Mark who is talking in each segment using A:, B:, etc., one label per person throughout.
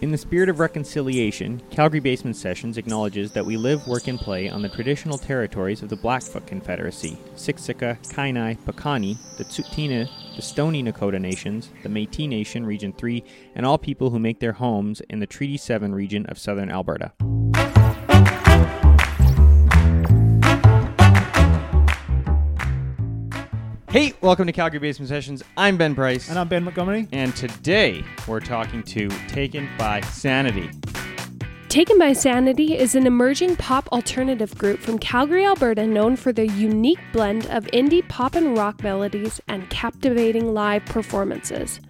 A: In the spirit of reconciliation, Calgary Basement Sessions acknowledges that we live, work, and play on the traditional territories of the Blackfoot Confederacy, Siksika, Kainai, Pekani, the Tsuut'ina, the Stony Nakota Nations, the Métis Nation Region 3, and all people who make their homes in the Treaty 7 region of southern Alberta. Hey, welcome to Calgary Basement Sessions. I'm Ben Price.
B: And I'm Ben Montgomery.
A: And today we're talking to Taken by Sanity.
C: Taken by Sanity is an emerging pop alternative group from Calgary, Alberta, known for their unique blend of indie pop and rock melodies and captivating live performances.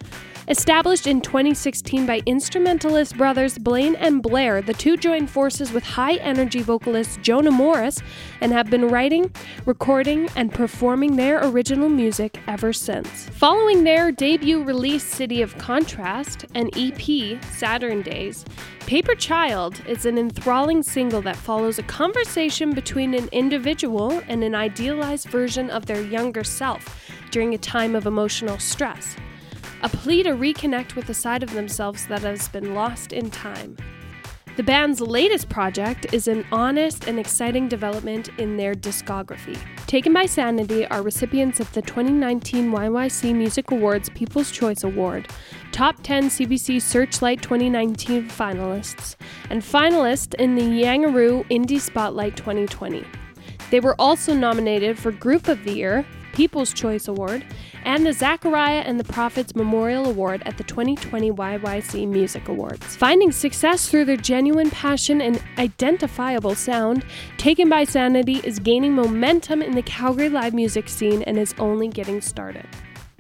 C: Established in 2016 by instrumentalist brothers Blaine and Blair, the two joined forces with high energy vocalist Jonah Morris and have been writing, recording, and performing their original music ever since. Following their debut release, City of Contrast, and EP, Saturn Days, Paper Child is an enthralling single that follows a conversation between an individual and an idealized version of their younger self during a time of emotional stress a plea to reconnect with the side of themselves that has been lost in time. The band's latest project is an honest and exciting development in their discography. Taken by Sanity are recipients of the 2019 YYC Music Awards People's Choice Award, top 10 CBC Searchlight 2019 finalists, and finalists in the Yangaroo Indie Spotlight 2020. They were also nominated for Group of the Year, People's Choice Award, and the Zachariah and the Prophets Memorial Award at the 2020 YYC Music Awards. Finding success through their genuine passion and identifiable sound, Taken by Sanity is gaining momentum in the Calgary live music scene and is only getting started.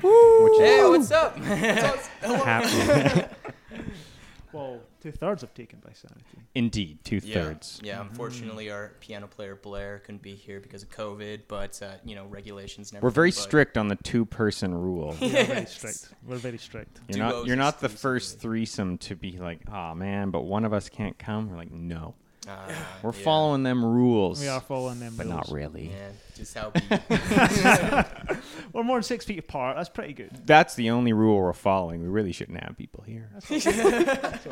D: Hey, what's up?
B: Well, two thirds of Taken by Sanity.
A: Indeed, two
D: yeah.
A: thirds.
D: Yeah, unfortunately, our piano player Blair couldn't be here because of COVID, but uh, you know regulations. And
A: We're very
D: everything, but-
A: strict on the two person rule.
B: We are very strict. We're very strict.
A: You're not,
D: Duos
A: you're not the
D: exclusively.
A: first threesome to be like, oh man, but one of us can't come. We're like, no.
D: Uh,
A: We're
D: yeah.
A: following them rules.
B: We are following them
A: But
B: rules.
A: not really.
D: Yeah, just how we
B: We're more than six feet apart. That's pretty good.
A: That's the only rule we're following. We really shouldn't have people here.
B: It's all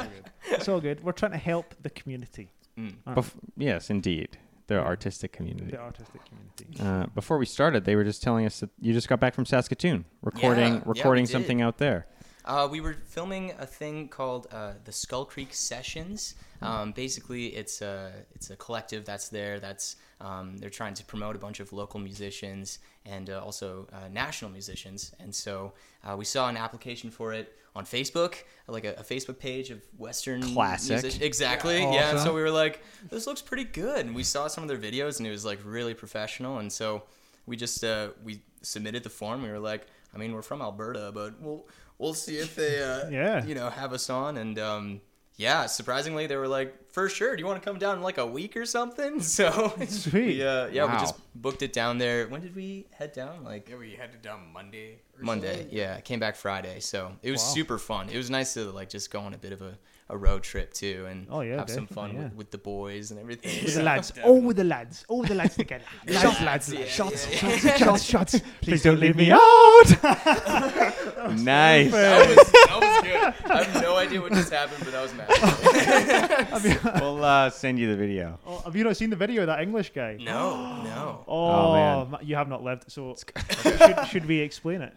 B: good. it's all good. We're trying to help the community,
A: Bef- yes, indeed. The artistic community.
B: the artistic community.
A: Uh, before we started, they were just telling us that you just got back from Saskatoon,
D: Yeah,
A: recording
D: yeah, we
A: recording
D: did.
A: something out there.
D: Uh, we were filming a thing called uh, the Skull Creek Sessions. Um, basically, it's a it's a collective that's there. That's um, they're trying to promote a bunch of local musicians and uh, also uh, national musicians. And so uh, we saw an application for it on Facebook, like a, a Facebook page of Western
A: Classic.
D: music- Exactly. Yeah. and so we were like, this looks pretty good. And we saw some of their videos, and it was like really professional. And so we just uh, we submitted the form. We were like, I mean, we're from Alberta, but we'll we'll see if they uh,
B: Yeah.
D: you know have us on. And um, yeah, surprisingly, they were like, for sure. Do you want to come down in like a week or something? So
B: Sweet.
D: we, uh, yeah, we
A: Wow.
D: just booked it down there. When did we head down? Like
E: Yeah, we headed down Monday. Or
D: Monday.
E: something.
D: Yeah, came back Friday. So it was super fun. It was nice to like just go on a bit of a, a road trip too and
B: Oh, yeah,
D: have some fun
B: definitely,
D: with,
B: yeah.
D: with the boys and everything.
B: With
D: So-
B: the lads, all with the lads, all with the lads together. Lads,
D: Shots,
B: lads,
D: yeah,
B: lads.
D: yeah,
B: Shots,
D: yeah.
B: shots, shots, shots. Please don't leave me out.
A: Nice.
B: uh,
D: That was, that was good. I have no idea what just happened, but that was mad.
A: we'll uh, send you the video.
B: Oh, have you not seen the video of that English guy?
D: No, no.
B: Oh,
A: man.
B: ma- you have not lived. So should, should we explain it?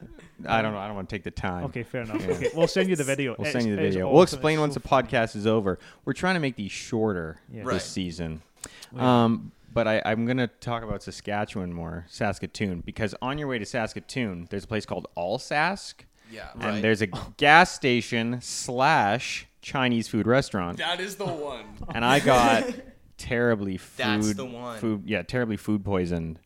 A: I don't know. I don't want to take the time.
B: Okay, fair enough. Okay, we'll send you the video.
A: We'll
B: It's-
A: send you the
B: it's
A: video.
B: awesome.
A: We'll explain
B: It's
A: once
B: so
A: the podcast is over. We're trying to make these shorter
B: Yeah. Oh,
A: this
D: Right.
A: season. Um, but I, I'm going to talk about Saskatchewan more, Saskatoon, because on your way to Saskatoon, there's a place called Allsask,
E: Yeah.
A: and
D: Right.
A: there's a gas station slash Chinese food restaurant.
E: That is the one.
A: And I got terribly food,
D: That's the one.
A: food, yeah, terribly food poisoned.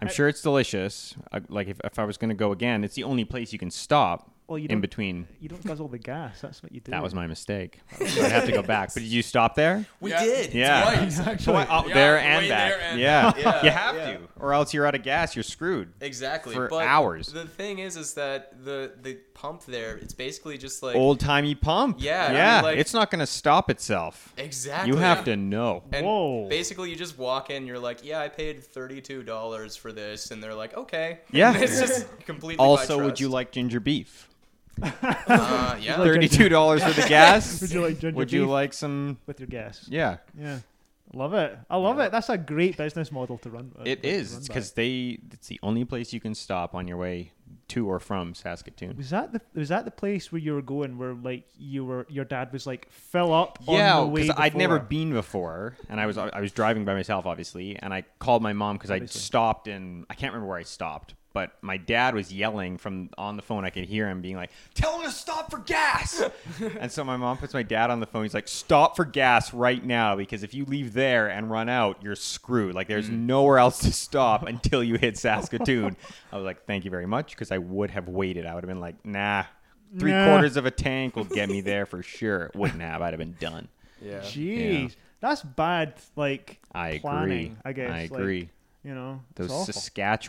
A: I'm sure it's delicious. I, like if, if I was going to go again, it's the only place you can stop
B: Well, you
A: in
B: don't-
A: between.
B: You don't guzzle the gas. That's what you do.
A: That was my mistake. So I'd have to go back. But did you stop there?
D: We
E: Yeah.
D: did.
A: Yeah.
D: Twice.
A: So I- oh,
E: Yeah,
A: there
E: way
A: and back.
E: there and
A: yeah.
D: Yeah,
A: you have to, or else you're out of gas. You're screwed.
D: Exactly.
A: For
D: but
A: hours.
D: The thing is, is that the the pump there, it's basically just like
A: Old timey pump.
D: Yeah, I mean,
A: yeah.
D: like-
A: it's not going to stop itself.
D: Exactly.
A: You have to know.
D: And
B: Whoa.
D: Basically, you just walk in. You're like, yeah, I paid thirty-two dollars for this, and they're like, okay.
A: Yeah.
D: And it's just completely. by
A: Also, would
D: trust.
A: you like ginger beef?
D: Uh, yeah.
B: Like
A: Thirty-two dollars for the gas.
B: Would you like ginger
A: Would you
B: beef?
A: like some?
B: with your guess.
A: Yeah,
B: Yeah. Love it. I love it. That's a great business model to run. uh,
A: it
B: to
A: is.
B: run
A: It's
B: by.
A: because they. It's the only place you can stop on your way to or from Saskatoon.
B: was that the was that the place where you were going where like you were your dad was like fill up
A: yeah,
B: on the way
A: because I'd never
B: before."
A: been before, and I was I was driving by myself, obviously, and I called my mom because I
B: Obviously.
A: stopped and I can't remember where I stopped, but my dad was yelling from on the phone. I could hear him being like, "Tell her to stop for gas!" and so my mom puts my dad on the phone. He's like, "Stop for gas right now because if you leave there and run out, you're screwed. Like there's
B: Mm.
A: nowhere else to stop until you hit Saskatoon." I was like, "Thank you very much," because I would have waited. I would have been like, "Nah." Three
B: Nah.
A: quarters of a tank will get me there for sure. It wouldn't have. I'd have been done.
D: Yeah.
B: Jeez.
A: Yeah.
B: That's bad like
A: I agree.
B: planning, I guess.
A: I
B: like,
A: agree.
B: you know,
A: Those
B: it's awful.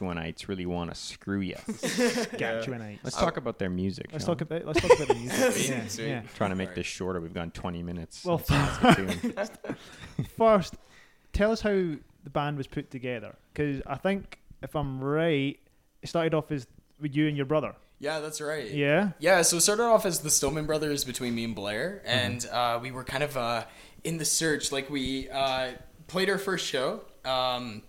A: Saskatchewanites really want to screw you.
B: Saskatchewanites.
A: Let's talk about their music.
B: Let's
A: shall
B: talk
A: we?
B: about let's talk about the music. yeah,
D: Sweet.
B: yeah.
A: Trying to make this shorter. We've gone 20 minutes.
B: Well,
A: of Saskatoon.
B: First, tell us how the band was put together because I think if I'm right, it started off as with you and your brother.
E: Yeah, that's right.
B: Yeah.
E: Yeah, so it started off as the Stillman brothers between me and Blair, and uh, we were kind of uh, in the search. Like we uh, played our first show um,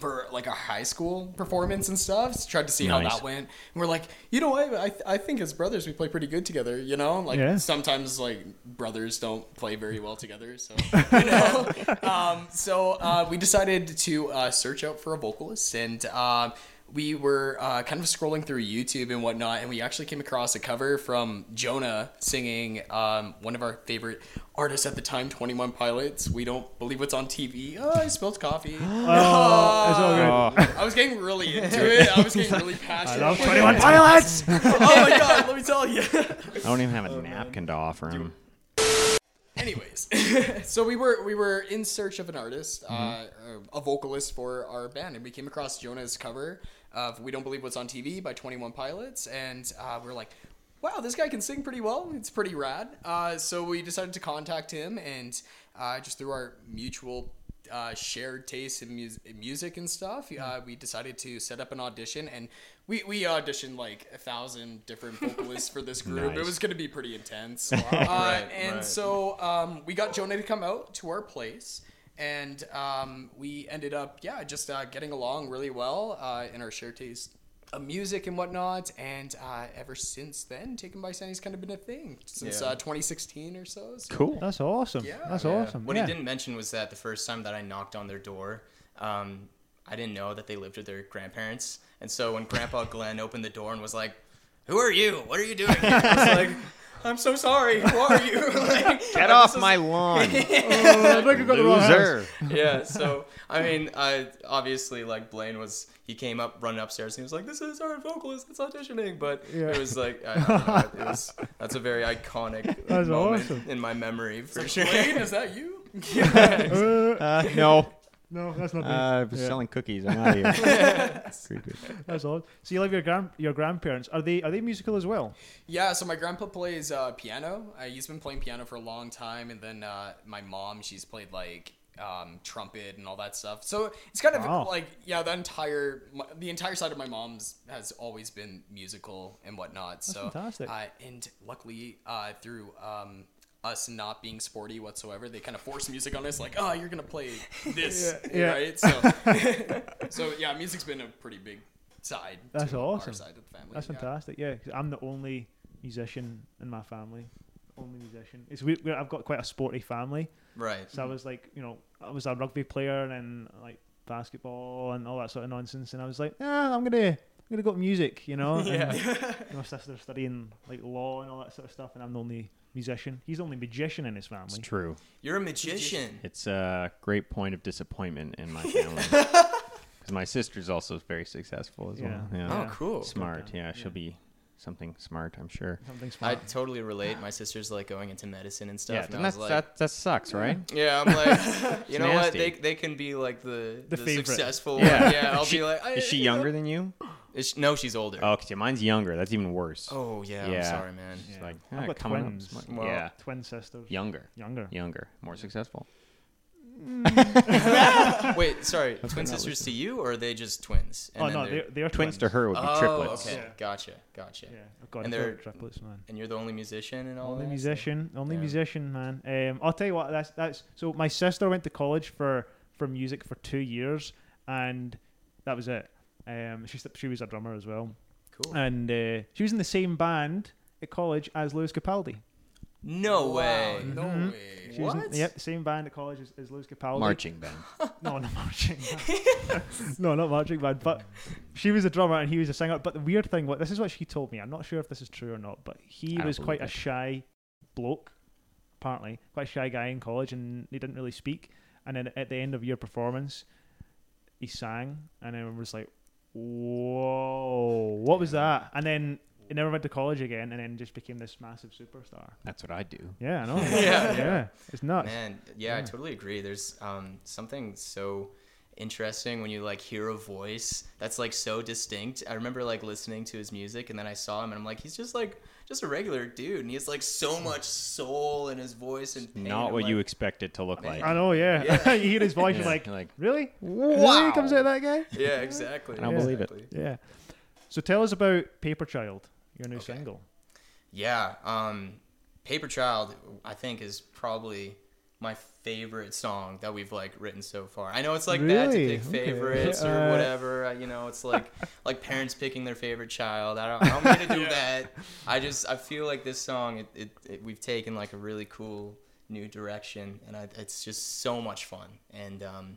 E: for like a high school performance and stuff. so tried to see how
A: Nice.
E: that went. And we're like, you know what? I, I think as brothers we play pretty good together. You know, like
B: Yeah.
E: sometimes like brothers don't play very well together. So you know, um, so uh, we decided to uh, search out for a vocalist and. um we were uh, kind of scrolling through YouTube and whatnot, and we actually came across a cover from Jonah singing um, one of our favorite artists at the time, Twenty One Pilots. We don't believe what's on TV. Oh, I spilled coffee.
B: Oh, it's
D: Uh,
B: all good.
A: oh,
E: I was getting really into it. I was getting really passionate.
B: Love 21 Pilots.
E: oh my god, let me tell you.
A: I don't even have a napkin to offer him.
E: Anyways, so we were we were in search of an artist, uh, a vocalist for our band, and we came across Jonah's cover of "We Don't Believe What's on TV" by Twenty One Pilots, and uh, we were like, "Wow, this guy can sing pretty well. It's pretty rad." Uh, so we decided to contact him, and uh, just through our mutual uh, shared taste in, mus- in music and stuff, uh, we decided to set up an audition, and we, we auditioned like a thousand different vocalists for this group. It
A: Nice.
E: was going to be pretty intense. Uh, and so um, we got Jonah to come out to our place, and um, we ended up, yeah, just uh, getting along really well uh, in our shared taste of music and whatnot. And uh, ever since then, Taken by Sandy's kind of been a thing since
D: Yeah.
E: uh, 2016 or so. so-
A: Cool.
B: That's awesome.
E: Yeah.
B: That's
E: Yeah.
B: awesome.
D: What
B: yeah.
D: he didn't mention was that the first time that I knocked on their door, um, I didn't know that they lived with their grandparents. And so when Grandpa Glenn opened the door and was like, "Who are you? What are you doing?" here?" I was like, "I'm so sorry. Who are you?" Like,
A: Get
D: I'm
A: off
E: this is-
A: my lawn,
B: I think I got the wrong house.
A: loser.
D: yeah, so I mean, I obviously like Blaine was he came up running upstairs and he was like, "This is our vocalist that's auditioning," but
B: Yeah.
D: it was like I, I don't know, it was that's a very iconic
B: That's
D: moment
B: awesome.
D: in my memory for sure.
E: Blaine, is that you?
B: Uh,
A: Uh, no,
B: no, that's not
A: uh,
B: me.
A: I was
B: Yeah.
A: selling cookies. I'm out of here. Good, good.
B: That's odd. So you love your grand your grandparents. Are they are they musical as well?
E: Yeah, so my grandpa plays uh, piano. Uh, he's been playing piano for a long time, and then uh, my mom, she's played like um, trumpet and all that stuff. So it's kind of
B: Wow.
E: like yeah, the entire my, the entire side of my mom's has always been musical and whatnot. so
B: fantastic.
E: Uh, and luckily, uh, through um, us not being sporty whatsoever, they kind of forced music on us. Like, oh, you're gonna play this,
B: Yeah, yeah.
E: right? So, so yeah, music's been a pretty big side.
B: That's
E: to
B: awesome.
E: Our side of the family.
B: That's
E: yeah.
B: fantastic. Yeah, 'cause I'm the only musician in my family. Only musician. It's we, we, I've got quite a sporty family.
D: Right.
B: So I was like, you know, I was a rugby player and like basketball and all that sort of nonsense. And I was like, ah, I'm gonna I'm gonna go to music, you know. yeah. And my sister's studying like law and all that sort of stuff, and I'm the only musician. He's the only magician in his
A: It's
B: family.
A: true.
D: You're a magician.
A: It's a great point of disappointment in my family. 'Cause my sister's also very successful as well.
B: Yeah.
A: Yeah.
D: Oh, cool.
A: Smart.
B: down.
A: Yeah, she'll be something smart, I'm sure.
B: Something
D: I
B: smart.
D: totally relate. My sister's like going into medicine and stuff.
A: Yeah,
D: and I
A: and
D: was
A: that's,
D: like,
A: that, that sucks, right?
D: yeah, I'm like, you know what?
A: nasty.
D: They, they can be like the,
B: The
D: the,
B: favorite.
D: successful
A: Yeah.
D: one. Yeah, I'll
A: She-
D: be like, I,
A: Is she
D: you know-
A: younger than you?
D: Is she- no, she's older.
A: Oh, 'cause, yeah, mine's younger. That's even worse.
D: oh yeah, I'm
A: Yeah.
D: sorry, man.
A: It's
B: Yeah.
A: like
B: I've
A: ah,
B: got
A: coming up
B: twins.
A: smart.
D: Well,
A: yeah,
B: Twin sisters.
A: younger,
B: Younger.
A: younger, more successful.
D: Wait, sorry, twin
A: not
D: sisters to you, or are they just twins?
B: oh no,
D: they're-
B: they're, they're
A: Twins to her would be
D: oh,
A: triplets.
D: okay,
B: Yeah.
D: gotcha, gotcha.
B: Yeah, oh, God,
D: And
B: I feel
D: they're-
B: like triplets, man.
D: And you're the only musician and
A: Oh,
D: all.
B: Only
D: that, so-
B: musician, only
D: yeah.
B: musician, man. Um, I'll tell you what. That's that's. So my sister went to college for for music for two years, and that was it. Um, she she was a drummer as well,
D: Cool.
B: and uh, she was in the same band at college as Lewis Capaldi.
D: no
E: Wow,
D: way.
E: No
B: Mhm.
E: way.
B: She was in,
D: Mm-hmm. What?
B: yep, same band at college as, as Lewis Capaldi.
A: Marching band.
B: No, not marching band. no, not marching band. But she was a drummer and he was a singer. But the weird thing, what this is what she told me. I'm not sure if this is true or not, but
A: I
B: he
A: don't
B: was quite
A: believe
B: a
A: it.
B: shy bloke, apparently, quite a shy guy in college, and he didn't really speak. And then at the end of your performance, he sang, and everyone was like, "Whoa, what was that?" And then he never went to college again, and then just became this massive superstar.
A: That's what I do.
B: Yeah, I know.
D: Yeah.
B: yeah, it's nuts.
D: Man, yeah, I
B: Yeah.
D: totally agree. There's um, something so interesting when you like hear a voice that's like so distinct. I remember like listening to his music and then I saw him and I'm like, he's just like just a regular dude and he has like so much soul in his voice and pain.
A: Not
D: I'm
A: what you
D: like-
A: expect it to look
D: Man.
A: like.
B: I know, yeah.
D: Yeah.
B: you hear his voice,
A: Yeah,
B: you're like,
A: you're like,
B: really?
A: Wow.
B: Really comes out that guy?
D: Yeah, exactly.
A: I don't believe it.
D: exactly.
B: Yeah. So tell us about Paper Child, your new
D: Okay.
B: single.
D: Yeah, um, Paper Child, I think, is probably my favorite song that we've like written so far. I know it's like bad to
B: Really?
D: pick
B: Okay.
D: favorites
B: Uh,
D: or whatever. uh, You know, it's like like parents picking their favorite child. I don't, I don't mean to do that. I just I feel like this song, it, it, it we've taken like a really cool new direction, and I, it's just so much fun. And um,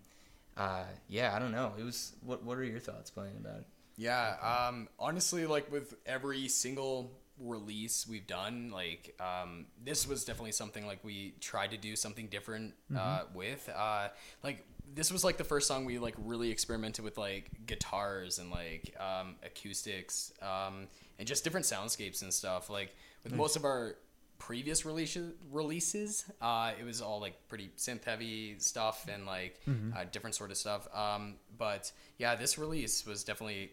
D: uh, yeah, I don't know. It was what What are your thoughts, Blaine, about it?
E: Yeah, um, honestly, like with every single release we've done, like um, this was definitely something like we tried to do something different uh,
B: Mm-hmm.
E: with. Uh, like this was like the first song we like really experimented with like guitars and like um, acoustics um, and just different soundscapes and stuff. Like with
B: Mm.
E: most of our previous releases releases uh it was all like pretty synth heavy stuff and like
D: Mm-hmm.
E: uh, different sort of stuff um but yeah this release was definitely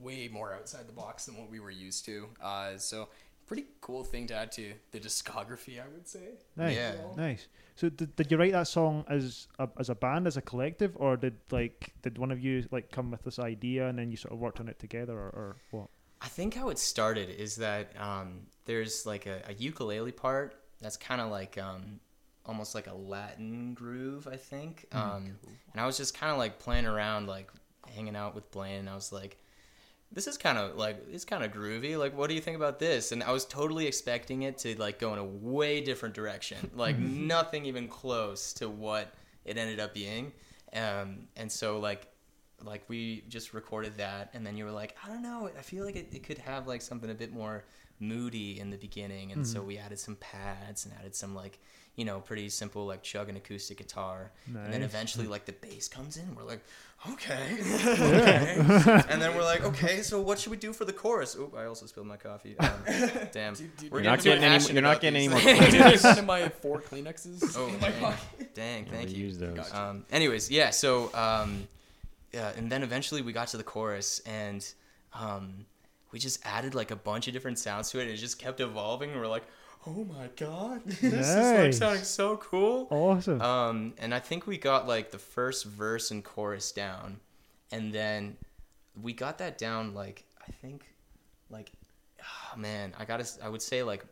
E: way more outside the box than what we were used to uh so pretty cool thing to add to the discography i would say
B: Nice.
D: Yeah.
B: Nice. So did, did you write that song as a, as a band, as a collective, or did like did one of you like come with this idea and then you sort of worked on it together, or, or what?
D: I think how it started is that um, there's like a, a ukulele part that's kind of like um, almost like a Latin groove, I think. Um, And I was just kind of like playing around, like hanging out with Blaine, and I was like, this is kind of like it's kind of groovy like what do you think about this and i was totally expecting it to like go in a way different direction like nothing even close to what it ended up being um, and so like like we just recorded that and then you were like i don't know i feel like it, it could have like something a bit more moody in the beginning and so we added some pads and added some like you know pretty simple like chug and acoustic guitar and then
B: Nice.
E: Mm.
D: eventually like the bass comes in we're like okay, okay. and then we're like okay so what should we do for the chorus oh i also spilled my coffee um, damn
E: dude,
D: we're
E: you're
A: not
D: too
A: getting any-
D: ashen
A: you're not
D: about
A: getting any
D: these
A: more
D: things.
E: Did I get one of my four kleenexes
D: oh
E: in my
D: dang,
E: pocket?
D: dang thank you
A: Use those.
E: Gotcha.
D: um, anyways, yeah. So, um, yeah, and then eventually we got to the chorus, and um, we just added like a bunch of different sounds to it, and it just kept evolving. And we're like, oh my god, this is like
B: Nice.
D: sounding so cool.
B: Awesome.
D: Um, and I think we got like the first verse and chorus down, and then we got that down like I think, like, oh, man, I gotta, s- I would say like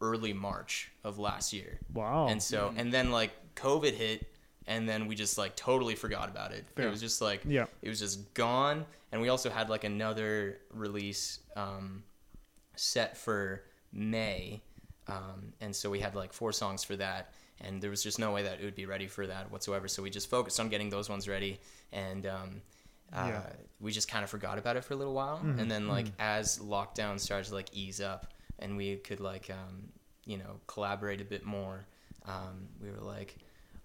D: early March of last year.
B: wow.
D: And so, and then like COVID hit, and then we just like totally forgot about it. It was just like,
B: Yeah.
D: it was just gone. And we also had like another release um, set for May. Um, and so we had like four songs for that. And there was just no way that it would be ready for that whatsoever. So we just focused on getting those ones ready. And, um, uh,
B: Yeah. Mm-hmm.
D: we just kind of forgot about it for a little while and then like as lockdown started to like ease up and we could like um, you know collaborate a bit more um, we were like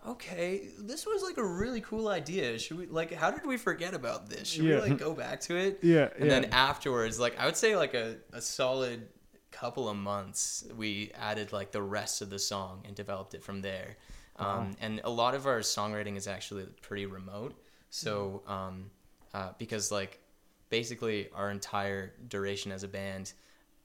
D: okay this was like a really cool idea should we like how did we forget about this should
B: Yeah.
D: we like go back to it
B: Yeah,
D: and
B: yeah.
D: then afterwards like i would say like a, a solid couple of months we added like the rest of the song and developed it from there
B: Uh-huh.
D: um, and a lot of our songwriting is actually pretty remote so
B: Mm-hmm.
D: um, uh, because like basically our entire duration as a band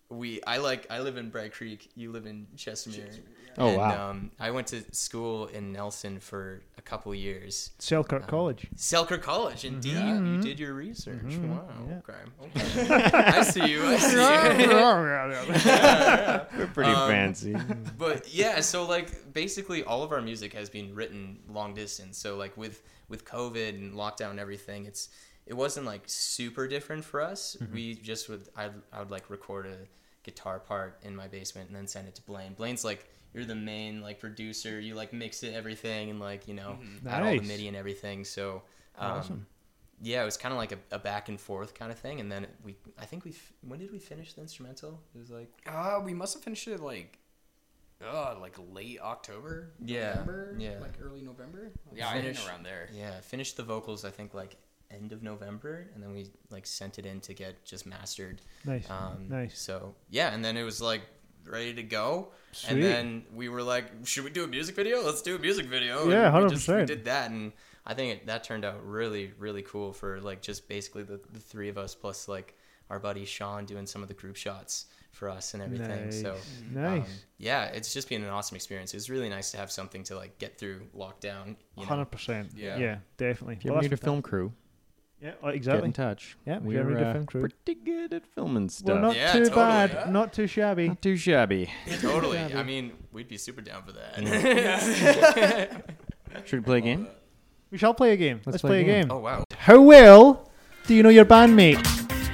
D: we I like I live in Bright Creek. You live in Chestermere.
A: Oh,
D: and,
A: wow.
D: Um, I went to school in Nelson for a couple years. um,
B: Selkirk College.
D: Selkirk College, indeed. You did your research. Wow.
B: Yeah.
D: Okay. okay. I see you. I see you.
A: We're pretty
D: Um,
A: fancy.
D: but yeah so like basically all of our music has been written long distance so like with with covid and lockdown and everything it's it wasn't like super different for us we just would I, I would like record a guitar part in my basement and then send it to blaine blaine's like you're the main like producer you like mix it everything and like you know add all the
B: Nice.
D: midi and everything so um, yeah it was kind of like a, a back and forth kind of thing and then we i think we f- when did we finish the instrumental it was like
E: Uh, we must have finished it like, uh, like late October.
D: Yeah,
E: November,
D: yeah.
E: Like early November. Yeah, I
D: Finish-
E: think around there.
D: Yeah, I finished the vocals I think like end of November, and then we like sent it in to get just mastered.
B: Nice.
D: Um,
B: nice.
D: So yeah, and then it was like ready to go,
B: Sweet.
D: and then we were like, should we do a music video? Let's do a music video.
B: Yeah,
D: And we just- we
B: 100%.
D: Did that, and I think it, that turned out really really cool for like just basically the, the three of us plus like our buddy Sean doing some of the group shots for us and everything.
B: Nice.
D: So um,
B: nice.
D: yeah, it's just been an awesome experience. It was really nice to have something to like get through lockdown. You know?
B: Hundred percent.
E: Yeah.
B: Yeah, definitely.
A: If you
B: Well,
A: ever need a
B: that's
A: film crew,
B: fantastic. Yeah, uh,
A: get in
B: exactly.
A: touch.
B: Yeah, if you ever
A: we're
B: need a
A: uh,
B: film crew.
A: pretty good at filming stuff.
B: Well, not
D: Yeah,
B: too
D: totally.
B: bad.
D: Yeah.
B: Not too shabby.
A: Not too shabby.
D: Totally.
B: Yeah,
D: I
B: dude.
D: mean, we'd be super down for that.
A: Should we play a game?
B: We shall play a game. Let's, play, a game.
D: oh wow.
B: How well do you know your bandmate?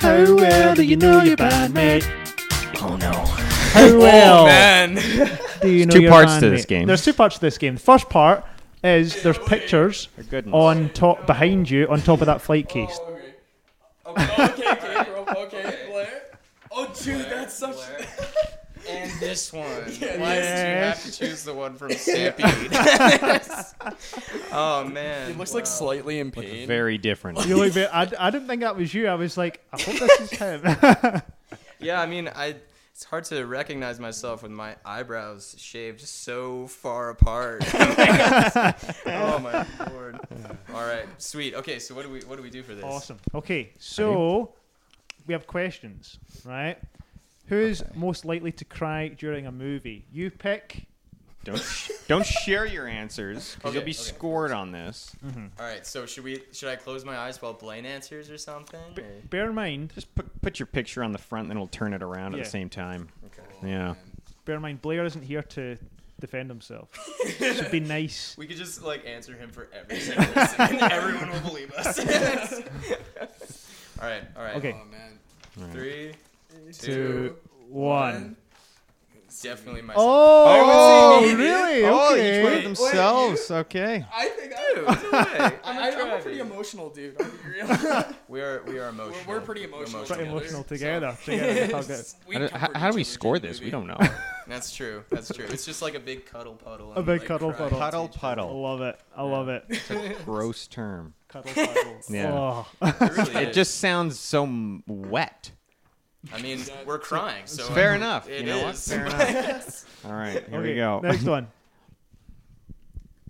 B: How well do you know your bandmate?
D: Oh no.
B: How
D: Oh,
B: well
E: Man.
B: do you know
A: two
B: your
A: parts to
B: bandmate?
A: this game.
B: There's two parts to this game. The first part is there's pictures
A: Goodness.
B: on top behind you on top of that flight case.
E: okay. Okay. Okay. okay, bro, okay. Blair. Oh, dude, that's such.
D: And this one. Why
B: Yes.
D: did you have to choose the one from Stampede? oh man.
E: It looks like slightly in pain.
A: Very different.
B: You look bit, I, I didn't think that was you. I was like, I hope this is him.
D: Yeah, I mean, I. It's hard to recognize myself with my eyebrows shaved so far apart. oh my lord! All right, sweet. Okay, so what do we what do we do for this?
B: awesome. Okay, so we have questions, right? Who's most likely to cry during a movie? You pick.
A: don't sh- don't share your answers because you'll
D: Okay,
A: be
D: okay.
A: scored on this.
B: Mm.
D: All right, so should we should I close my eyes while Blaine answers or something? or-
B: Bear in mind,
A: Just put put your picture on the front, then it'll turn it around at
B: Yeah.
A: the same time.
D: Okay.
A: Yeah.
B: bear in mind, Blair isn't here to defend himself. Should be nice.
D: We could just like answer him for every single person, and everyone will believe us. all right, all right.
B: Okay,
E: Oh man.
D: Three, two,
B: two, one.
D: definitely myself.
B: Oh,
D: I would say me, dude.
B: really?
A: Oh,
B: okay.
A: each one of
E: Wait,
A: themselves. okay.
E: I think I.
D: Dude, no way.
E: I'm,
D: I
E: a- I'm a
D: tried
E: pretty
D: it.
E: emotional dude. I'll be real.
D: We are we are emotional.
E: we're pretty emotional.
B: Pretty
E: together,
B: emotional
E: so-
B: together. together. it's all good.
E: We
A: How do,
E: comfort
A: how, how do we
E: each other
A: score
E: during the
A: this? We
E: movie.
A: don't know.
D: That's true. That's true. It's just like a big cuddle puddle.
B: A
D: and,
B: big
D: like,
B: cuddle
D: cry.
B: puddle.
A: Puddle
B: I
A: puddle.
B: love it. I love it.
A: Gross term.
B: Cuddle, cuddle.
A: Yeah.
B: Oh.
D: It, really
A: It
D: is.
A: just sounds so m- wet.
D: I mean, we're crying. So
A: Fair enough.
D: It
A: you know what?
D: is.
A: Fair enough. All right, here we
B: Okay,
A: go.
B: Next one.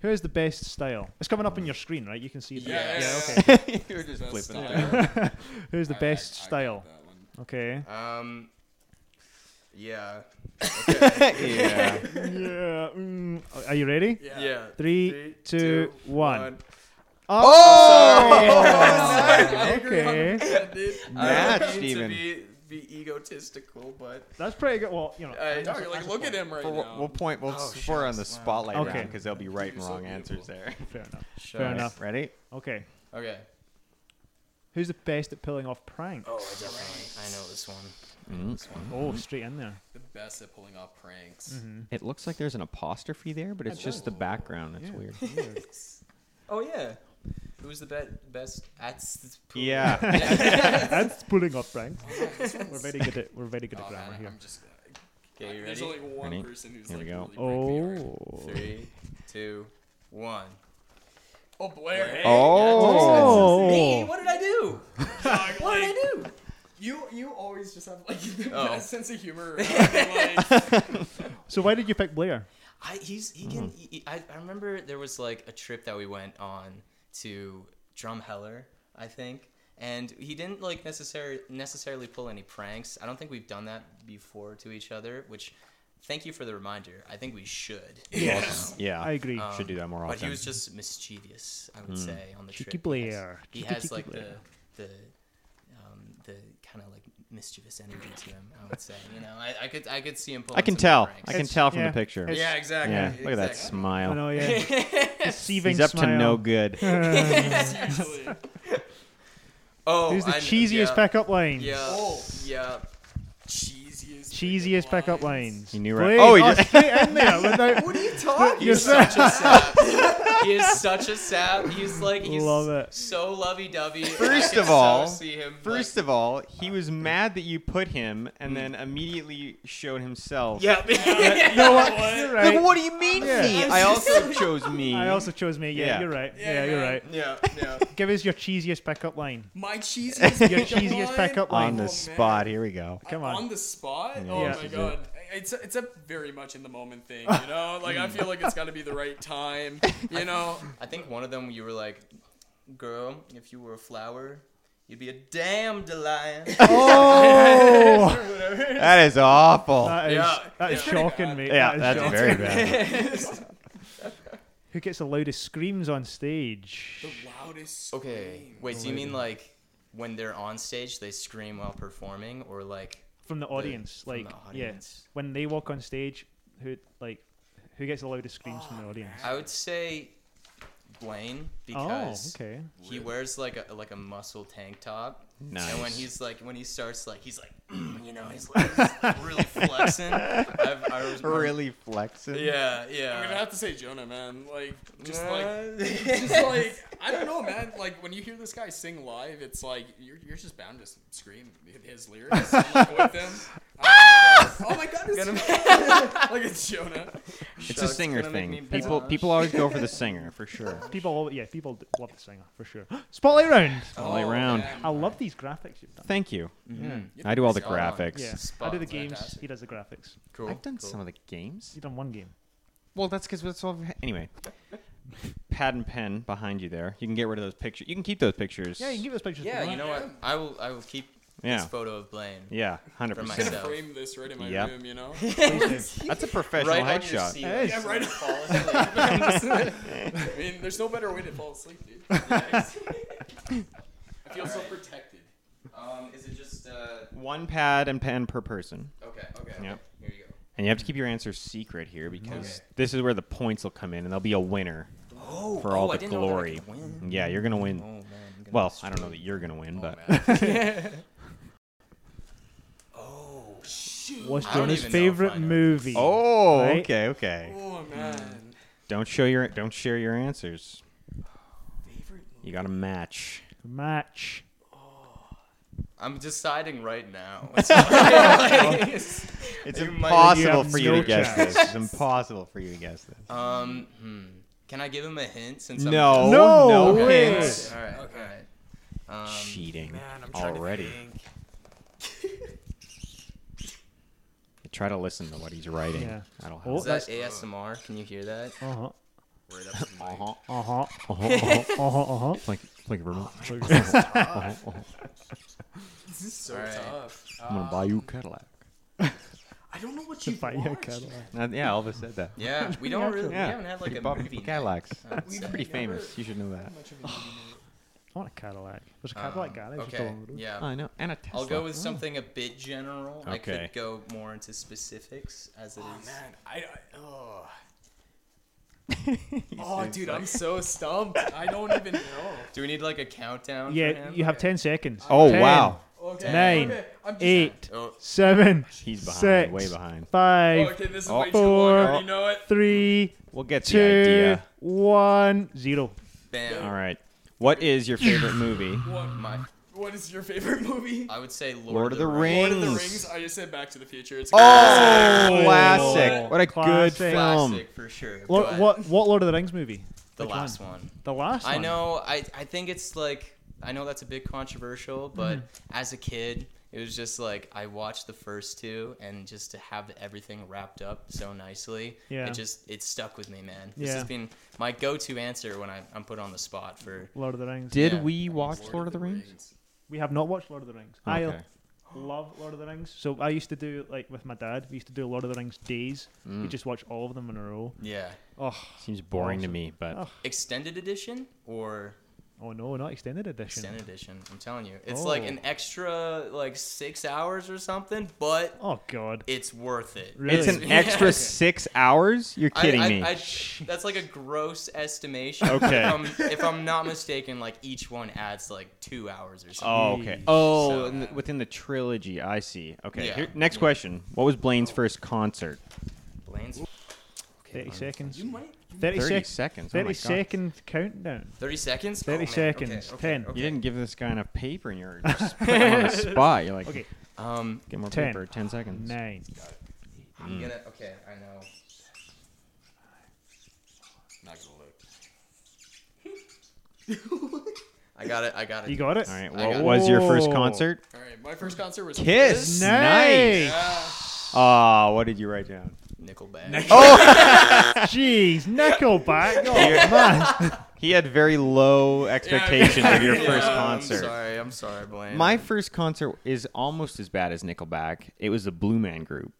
B: Who is the best style? It's coming up on your screen, right? You can see it. Yeah.
E: Yeah, yeah,
B: Okay.
A: you were just
E: Best
A: flipping it.
E: style.
B: Who is the
E: I- I-
B: best
E: I got
B: style?
E: that one.
B: Okay.
D: Um. Yeah.
A: Yeah.
B: yeah. mm, Are you ready?
E: Yeah.
D: Yeah.
B: Three, two, one.
A: Oh,
B: Oh,
E: I agree
B: Okay.
E: 100%, dude.
A: Matched
D: I don't mean
A: even.
D: to be, be egotistical, but
B: That's pretty good. Well, you know.
D: I-
E: Dog, oh, like, look at him right
A: We'll,
E: now.
A: we'll point. We'll
D: Oh,
A: score on the
D: shucks. Wow.
A: spotlight round
B: Okay.
A: because there'll be right and
E: You're so
A: wrong answers
E: beautiful.
A: there.
B: Fair enough.
D: Sure.
B: Fair enough.
A: Ready?
B: Okay.
D: Okay.
B: Who's the best at pulling off pranks?
D: Oh, I definitely. I know this one.
B: Oh, straight in there.
E: The best at pulling off pranks.
B: Mm-hmm.
A: It looks like there's an apostrophe there, but it's just the background. That's weird.
D: Oh yeah. Who's the be- best at? s- pool?
A: Yeah.
B: That's pulling off pranks. we're very good at we're very good at
E: Oh, man,
B: grammar here.
E: I'm just.
D: Okay, you
E: There's
D: ready?
E: only one
A: Ready?
E: person who's
A: Here
E: like
A: we go.
E: really prickly right
B: Oh.
D: Three, two, one.
E: now. Oh, Blair. hey,
A: Oh.
D: Hey, what did I do?
E: dog,
D: What did
E: like,
D: I do?
E: You you always just have like the
D: Oh.
E: best sense of humor. around, like,
B: So why did you pick Blair?
D: I he's he can. he- I I remember there was like a trip that we went on to Drumheller, I think, and he didn't like necessarily necessarily pull any pranks. I don't think we've done that before to each other, which thank you for the reminder. I think we should.
E: Yes.
A: Yeah,
B: I agree.
D: Um,
A: Should do that more
D: But
A: often. Hmm.
D: he was just mischievous, I would say, on the
B: Cheeky
D: trip. He has-
B: Blair.
D: He
B: Cheeky,
D: has,
B: cheeky
D: like
B: Blair.
D: the the um, the kind of like mischievous energy to him. I would say, you know, I, I could I could see him. Pulling
A: I can
D: some
A: tell.
D: pranks.
A: I can
B: It's-
A: tell from
B: yeah.
A: the picture.
B: It's-
E: Yeah, exactly.
A: yeah, look at that
E: exactly.
B: I
A: smile.
B: know, yeah. Deceiving
A: He's up
B: smile.
A: to no good.
D: Uh,
E: Usually.
D: Oh,
B: Who's the
D: I-
B: cheesiest
D: yeah,
B: backup lines?
D: Yeah.
E: Oh.
D: Yeah.
E: Cheesiest.
B: Cheesiest backup lines.
A: He knew right.
B: Blade,
A: Oh, he
B: oh,
A: just-
B: straight in there. without-
E: What are you talking?
D: He's such a sap. he is such a sap. He's like he's
B: Love it.
D: so lovey-dovey. I
A: First
D: can
A: of all,
D: so see him,
A: First of all, he was mad that you put him, and then immediately showed himself.
D: like, yeah.
B: no, what? You're right.
A: Like, what do you mean
B: Yeah.
A: me? I also chose me.
B: I also chose me. Yeah,
A: Yeah.
B: you're right. Yeah, you're right.
E: Yeah, yeah.
B: Give us your cheesiest pickup line.
E: My cheesiest.
B: Your
E: pickup
B: cheesiest
E: line?
B: pickup line.
A: on
E: Oh,
A: the
E: man.
A: spot. Here we go.
B: Come on.
E: On the spot? Oh
B: Yeah.
E: my
B: This is
E: god. It's a, it's a very much in the moment thing, you know? Like I feel like it's got to be the right time, you know?
D: I think one of them you were like, "Girl, if you were a flower, you'd be a damn delight."
B: Oh,
A: That is awful.
B: that is,
E: Yeah.
B: that is
E: Yeah.
B: shocking, mate.
A: yeah,
B: That is
A: that's
B: shocking.
A: very bad.
B: Who gets the loudest screams on stage?
E: The loudest.
D: okay,
E: scream.
D: wait. Do you mean like when they're on stage, they scream while performing, or like
B: From the audience,
D: from
B: like
D: the
B: yes,
D: audience.
B: yeah, when they walk on stage, who like who gets the loudest screams from the audience?
D: I would say Blaine
B: Oh,
D: because
B: okay.
D: he wears like a like a muscle tank top. And when
A: Nice.
D: he's like, when he starts like, he's like, you know, he's like, he's, like, really flexing. I've, I was
A: Really flexing.
D: Yeah,
E: I'm gonna
D: yeah.
E: have to say Jonah, man. Like, just like,
D: Just
E: just like, I don't know, man. Like when you hear this guy sing live, it's like you're, you're just bound to s- scream his lyrics along with him. I don't know. oh my god, it's like it's Jonah.
A: It's a singer
D: gonna make
A: thing.
D: me
A: People
D: blush.
A: people always go for the singer for sure.
B: People, all, yeah, people d- love the singer for sure. Spotlight round.
A: All
D: Oh,
A: the way round.
E: Oh, man.
B: I love these graphics you've done.
A: Thank you.
D: Mhm.
A: I do all the
D: Spot on.
A: graphics.
B: Yeah, I do
D: Spotlight's
B: the games.
D: fantastic.
B: He does the graphics.
D: Cool.
A: I've done
D: cool.
A: some of the games.
B: You've done one game.
A: Well, that's because that's all. I've had- Anyway, pad and pen behind you there. You can get rid of those pictures. You can keep those pictures.
B: Yeah, you can give us pictures. if
D: Yeah, you
B: want.
D: know what? I will. I will keep
A: Yeah.
D: this photo of Blaine.
A: Yeah, hundred
D: For
E: I'm
A: percent.
D: myself.
E: gonna frame this right in my
A: Yep.
E: room, you know.
A: That's a professional
D: right
A: headshot.
D: On your
B: It
D: seat,
B: is.
D: like,
E: Yeah, right.
D: fall asleep.
E: I'm just- I mean, there's no better way to fall asleep, dude. I feel so protected.
D: um, is it just? Uh,
A: One pad and pen per person.
D: okay. Okay.
A: Yep.
D: Here you go.
A: And you have to keep your answer secret here because this is where the points will come in, and there'll be a winner.
D: Oh,
A: For all
D: I
A: the
D: didn't know that I
A: glory.
D: could win.
A: Yeah, you're gonna
D: Oh
A: win.
D: man. I'm gonna
A: Well,
D: be
A: I don't know that you're gonna win, but
D: Oh.
B: What's
D: I
B: Jonah's
D: don't even know if I
B: favorite
D: know.
B: movie?
A: oh,
B: Right?
A: okay, okay.
E: Oh man,
A: Don't show your, don't share your answers.
E: favorite.
A: You got to match.
B: Match.
D: I'm deciding right now.
A: It's
D: You might-
A: impossible
B: you have
A: for you
B: no
A: to guess
B: chance.
A: this. It's impossible for you to guess this.
D: um. Hmm. Can I give him a hint? Since I'm
A: No,
B: No
A: no,
B: way.
A: hint.
B: Yes.
D: All right. All right. Um,
A: Cheating
E: Man, I'm trying
A: already.
E: to think.
A: Try to listen to what he's writing.
B: Yeah.
A: I don't have.
B: Oh,
D: is that ASMR? Can you hear that?
B: Uh huh.
E: Right up to my-
A: Uh-huh.
B: Uh huh.
A: Uh-huh, uh-huh.
B: Uh huh. Uh huh.
A: Thank, thank you very much. Uh-huh, uh-huh.
E: This is so
D: Alright.
E: tough. Uh,
A: I'm gonna buy you a Cadillac.
E: I don't know what you
B: Buy you a
E: watched.
B: Cadillac.
A: Uh, yeah, Elvis said that.
D: Yeah, we don't really.
A: Yeah.
D: We haven't had like
A: He
D: a
A: bought
D: movie.
A: people
D: night.
A: Cadillacs.
D: Uh,
A: He's
E: We've
A: pretty
E: never-
A: famous. You should know that.
E: Much of a movie.
B: I want a Cadillac. There's a Cadillac
D: um,
B: garage just
D: Okay.
B: along the road.
D: Yeah.
A: I know. And a Tesla.
D: I'll go with something a bit general. I
A: Okay.
D: could go more into specifics as it is.
E: Oh man, I, I oh. oh, dude, I'm so stumped. I don't even know.
D: Do we need like a countdown? for
B: Yeah,
D: him?
B: you have 10 seconds.
A: Oh
B: 10,
A: wow.
E: Okay.
B: Nine,
E: okay, I'm just,
B: Eight,
D: Oh,
B: seven,
A: He's behind.
B: Six.
A: Way behind.
E: Oh,
B: five,
E: okay, this is
A: Oh.
E: way too long. I already
A: Four.
E: know it.
B: three,
A: We'll get the
B: two,
A: idea.
B: one, zero.
D: bam.
A: All right. What is your favorite movie?
E: What?
D: My,
E: What is your favorite movie?
D: I would say Lord,
A: Lord of the
D: Rings.
E: Lord of the
A: Rings.
E: Rings. I just said Back to the Future. It's
A: Oh,
B: Oh,
A: classic! What a
B: classic.
A: good film.
D: Classic for sure.
B: What,
D: but
B: what, what Lord of the Rings movie?
D: The
B: Which
D: last one.
B: The last
D: I
B: one.
D: know. I I think it's like I know that's a bit
B: Mm-hmm.
D: controversial, but as a kid, it was just like I watched the first two, and just to have everything wrapped up so nicely,
B: Yeah.
D: it just it stuck with me, man. This
B: Yeah.
D: has been my go-to answer when I, I'm put on the spot for.
B: Lord of the Rings.
A: Did
D: Yeah.
A: we watch Lord of the Rings?
B: We have not watched Lord of the Rings.
A: Okay.
B: I love Lord of the Rings. So I used to do like with my dad. We used to do Lord of the Rings days.
A: Mm.
B: We just watch all of them in a row.
D: Yeah.
B: Oh,
A: Seems boring to
B: Awesome.
A: me, but
B: Oh.
D: Extended edition or
B: oh no, not extended edition.
D: extended edition? I'm telling you, it's like
B: Oh.
D: an extra like six hours or something, but
B: Oh god.
D: it's worth it.
B: Really?
A: it's an
D: Yeah.
A: extra six hours. You're
D: I-
A: kidding
D: I-
A: me.
D: I- that's like a gross estimation.
A: Okay.
D: If I'm, if I'm not mistaken, like each one adds like two hours or something.
A: oh, okay.
B: Jeez.
A: Oh,
D: So-
A: in the- within the trilogy, I see. Okay.
D: Yeah. Oh.
A: Here, next question. What was Blaine's first concert?
D: Blaine's
B: Thirty seconds.
D: You might.
B: Thirty,
A: 30
B: sec-
A: seconds. Oh my
B: Thirty
A: God.
B: second countdown.
D: Thirty seconds. Oh,
B: 30
D: man.
B: seconds. 10.
A: You didn't give this guy enough paper, and you're just putting him on the spot. You're like,
B: Okay.
D: Um,
A: get more
B: 10,
A: paper. Ten seconds.
B: Nine.
A: Hmm.
D: I'm gonna. Okay, I know.
E: Not gonna look.
D: I got it. I got it.
B: You got it.
A: All right.
D: I
A: What
D: got-
A: was your first
B: Oh.
A: concert?
E: All right, my first concert was
A: Kiss.
B: Nice.
A: Ah, what did you write down?
D: Nickelback.
B: Jeez, Nickelback. Oh man.
A: He had very low expectations of your
E: Yeah,
A: first
D: Um,
A: concert.
D: I'm sorry. I'm sorry, Blaine.
A: My first concert is almost as bad as Nickelback. It was the Blue Man Group.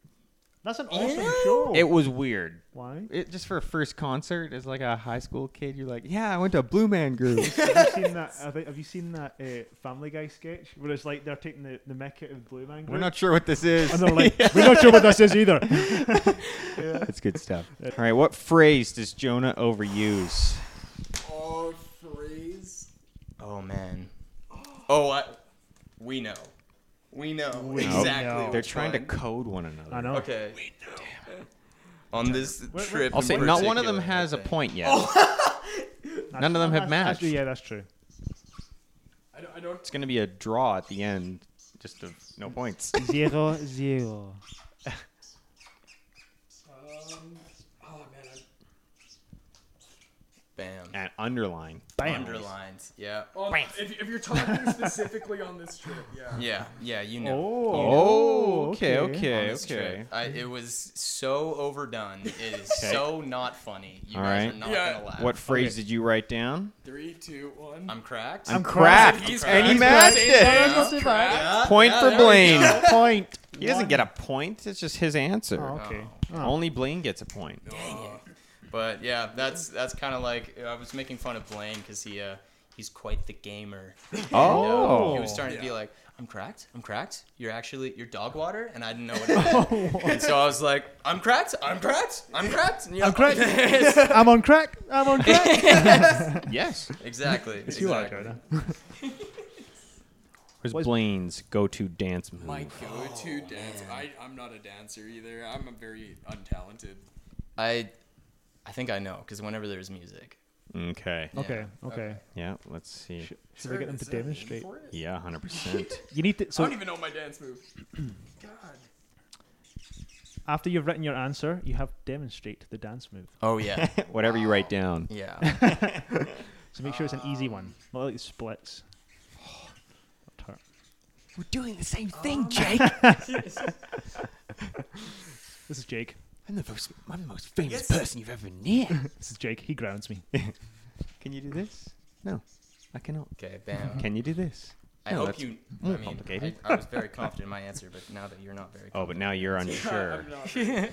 B: That's an awesome show.
A: It was weird.
B: Why?
A: It just for a first concert as like a high school kid, you're like, yeah, I went to a Blue Man Group.
B: have you seen that? Have, you- have you seen that uh, Family Guy sketch where it's like they're taking the, the mick out of Blue Man Group?
A: We're not sure what this is.
B: and they're like, we're not sure what this is either.
A: That's good stuff. All right, what phrase does Jonah overuse?
E: Oh, phrase.
D: Oh man. Oh, I, we know. We know exactly.
B: know.
A: They're
D: which
A: trying to
D: one.
A: code one another.
B: I know.
D: Okay. We know. On this
B: wait.
D: trip,
A: I'll
D: in
A: say not one of them
D: particular, I
A: has a
D: think.
A: point yet.
B: That's-
A: None of them have
B: that's- that's-
A: matched.
B: yeah, that's true.
E: I don't. I don't
A: It's gonna be a draw at the end, just of no points.
B: Zero, zero.
E: um, oh man. I'm,
D: Bam.
A: and underline.
B: Bam.
D: Underlined. Yeah.
E: oh, if, if you're talking specifically on this trip, yeah.
D: Yeah. Yeah. You know.
B: Oh.
A: Oh, okay,
B: okay.
D: on
A: okay,
D: this
A: okay.
D: trip. I, it was so overdone. It is so not funny. You
A: All
D: guys
A: right.
D: are not
E: Yeah.
D: gonna laugh.
A: What phrase did you write down?
E: Three, two, one.
D: I'm cracked.
A: I'm cracked.
E: He's
A: and he
E: cracked.
A: matched
E: He's
A: it.
E: cracked.
B: That's not too bad.
D: Yeah,
A: Point
D: yeah,
A: for
D: there we
A: Blaine.
D: go.
B: Point.
A: He doesn't get a point. It's just his answer.
B: Oh, okay.
A: Only Blaine gets a point.
D: But yeah, that's that's kind of like I was making fun of Blaine because he uh, he's quite the gamer.
A: Oh.
D: he was starting to be like, "I'm cracked. I'm cracked. You're actually you're dog water," and I didn't know
B: Oh.
D: what. It meant. and so I was like, "I'm cracked. I'm cracked. I'm cracked." And, you know,
B: I'm cracked.
A: Oh.
B: I'm on crack. I'm on crack.
A: yes.
D: exactly. exactly.
B: you are, Jonah.
A: Where's
B: What's-
A: Blaine's go-to dance move?
E: My go-to dance. I, I'm not a dancer either. I'm a very untalented.
D: I I think I know because whenever there's music,
A: Okay.
B: Okay. Okay.
A: Yeah. Let's see.
B: Should we get them to
E: Is there a name
B: demonstrate?
E: for it?
A: Yeah, hundred percent.
B: You need to.
E: I
B: So
E: don't even know my dance move. God.
B: after you've written your answer, you have demonstrate the dance move.
D: oh yeah,
A: Whatever you write down.
D: yeah.
B: So make sure it's an easy one,
A: Ah.
B: not like splits. Tur-
A: We're doing the same thing, Jake.
B: This is Jake.
A: I'm the most, I'm the most famous person you've ever known.
B: This is Jake. He grounds me.
A: Can you do this? No, I cannot.
D: Okay, bam.
A: Can you do this?
D: I
A: No,
D: hope
A: that's
D: you. I
A: more
D: mean,
A: complicated.
D: I, I was very confident in my answer, but now that you're not very.
A: Oh, but now you're unsure.
E: I'm not.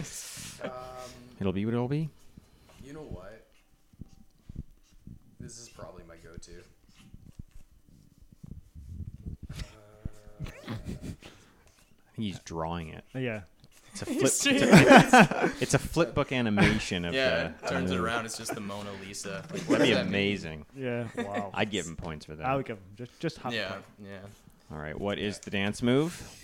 E: um,
A: It'll be what it'll be.
E: you know what? This is probably my go-to.
A: I think he's drawing it.
B: Uh, Yeah.
A: It's a flip. it's, a, it's a flip book animation of
D: Yeah,
A: the.
D: it turns
A: the
D: it
A: move.
D: around. It's just the Mona Lisa.
A: Uh,
D: Like, what
A: That'd be
D: does that mean?
A: amazing.
B: Yeah. Wow.
A: I'd give him points for that.
B: I would give him just just half. a
D: Yeah,
B: point.
D: yeah.
A: All right, what is the dance move?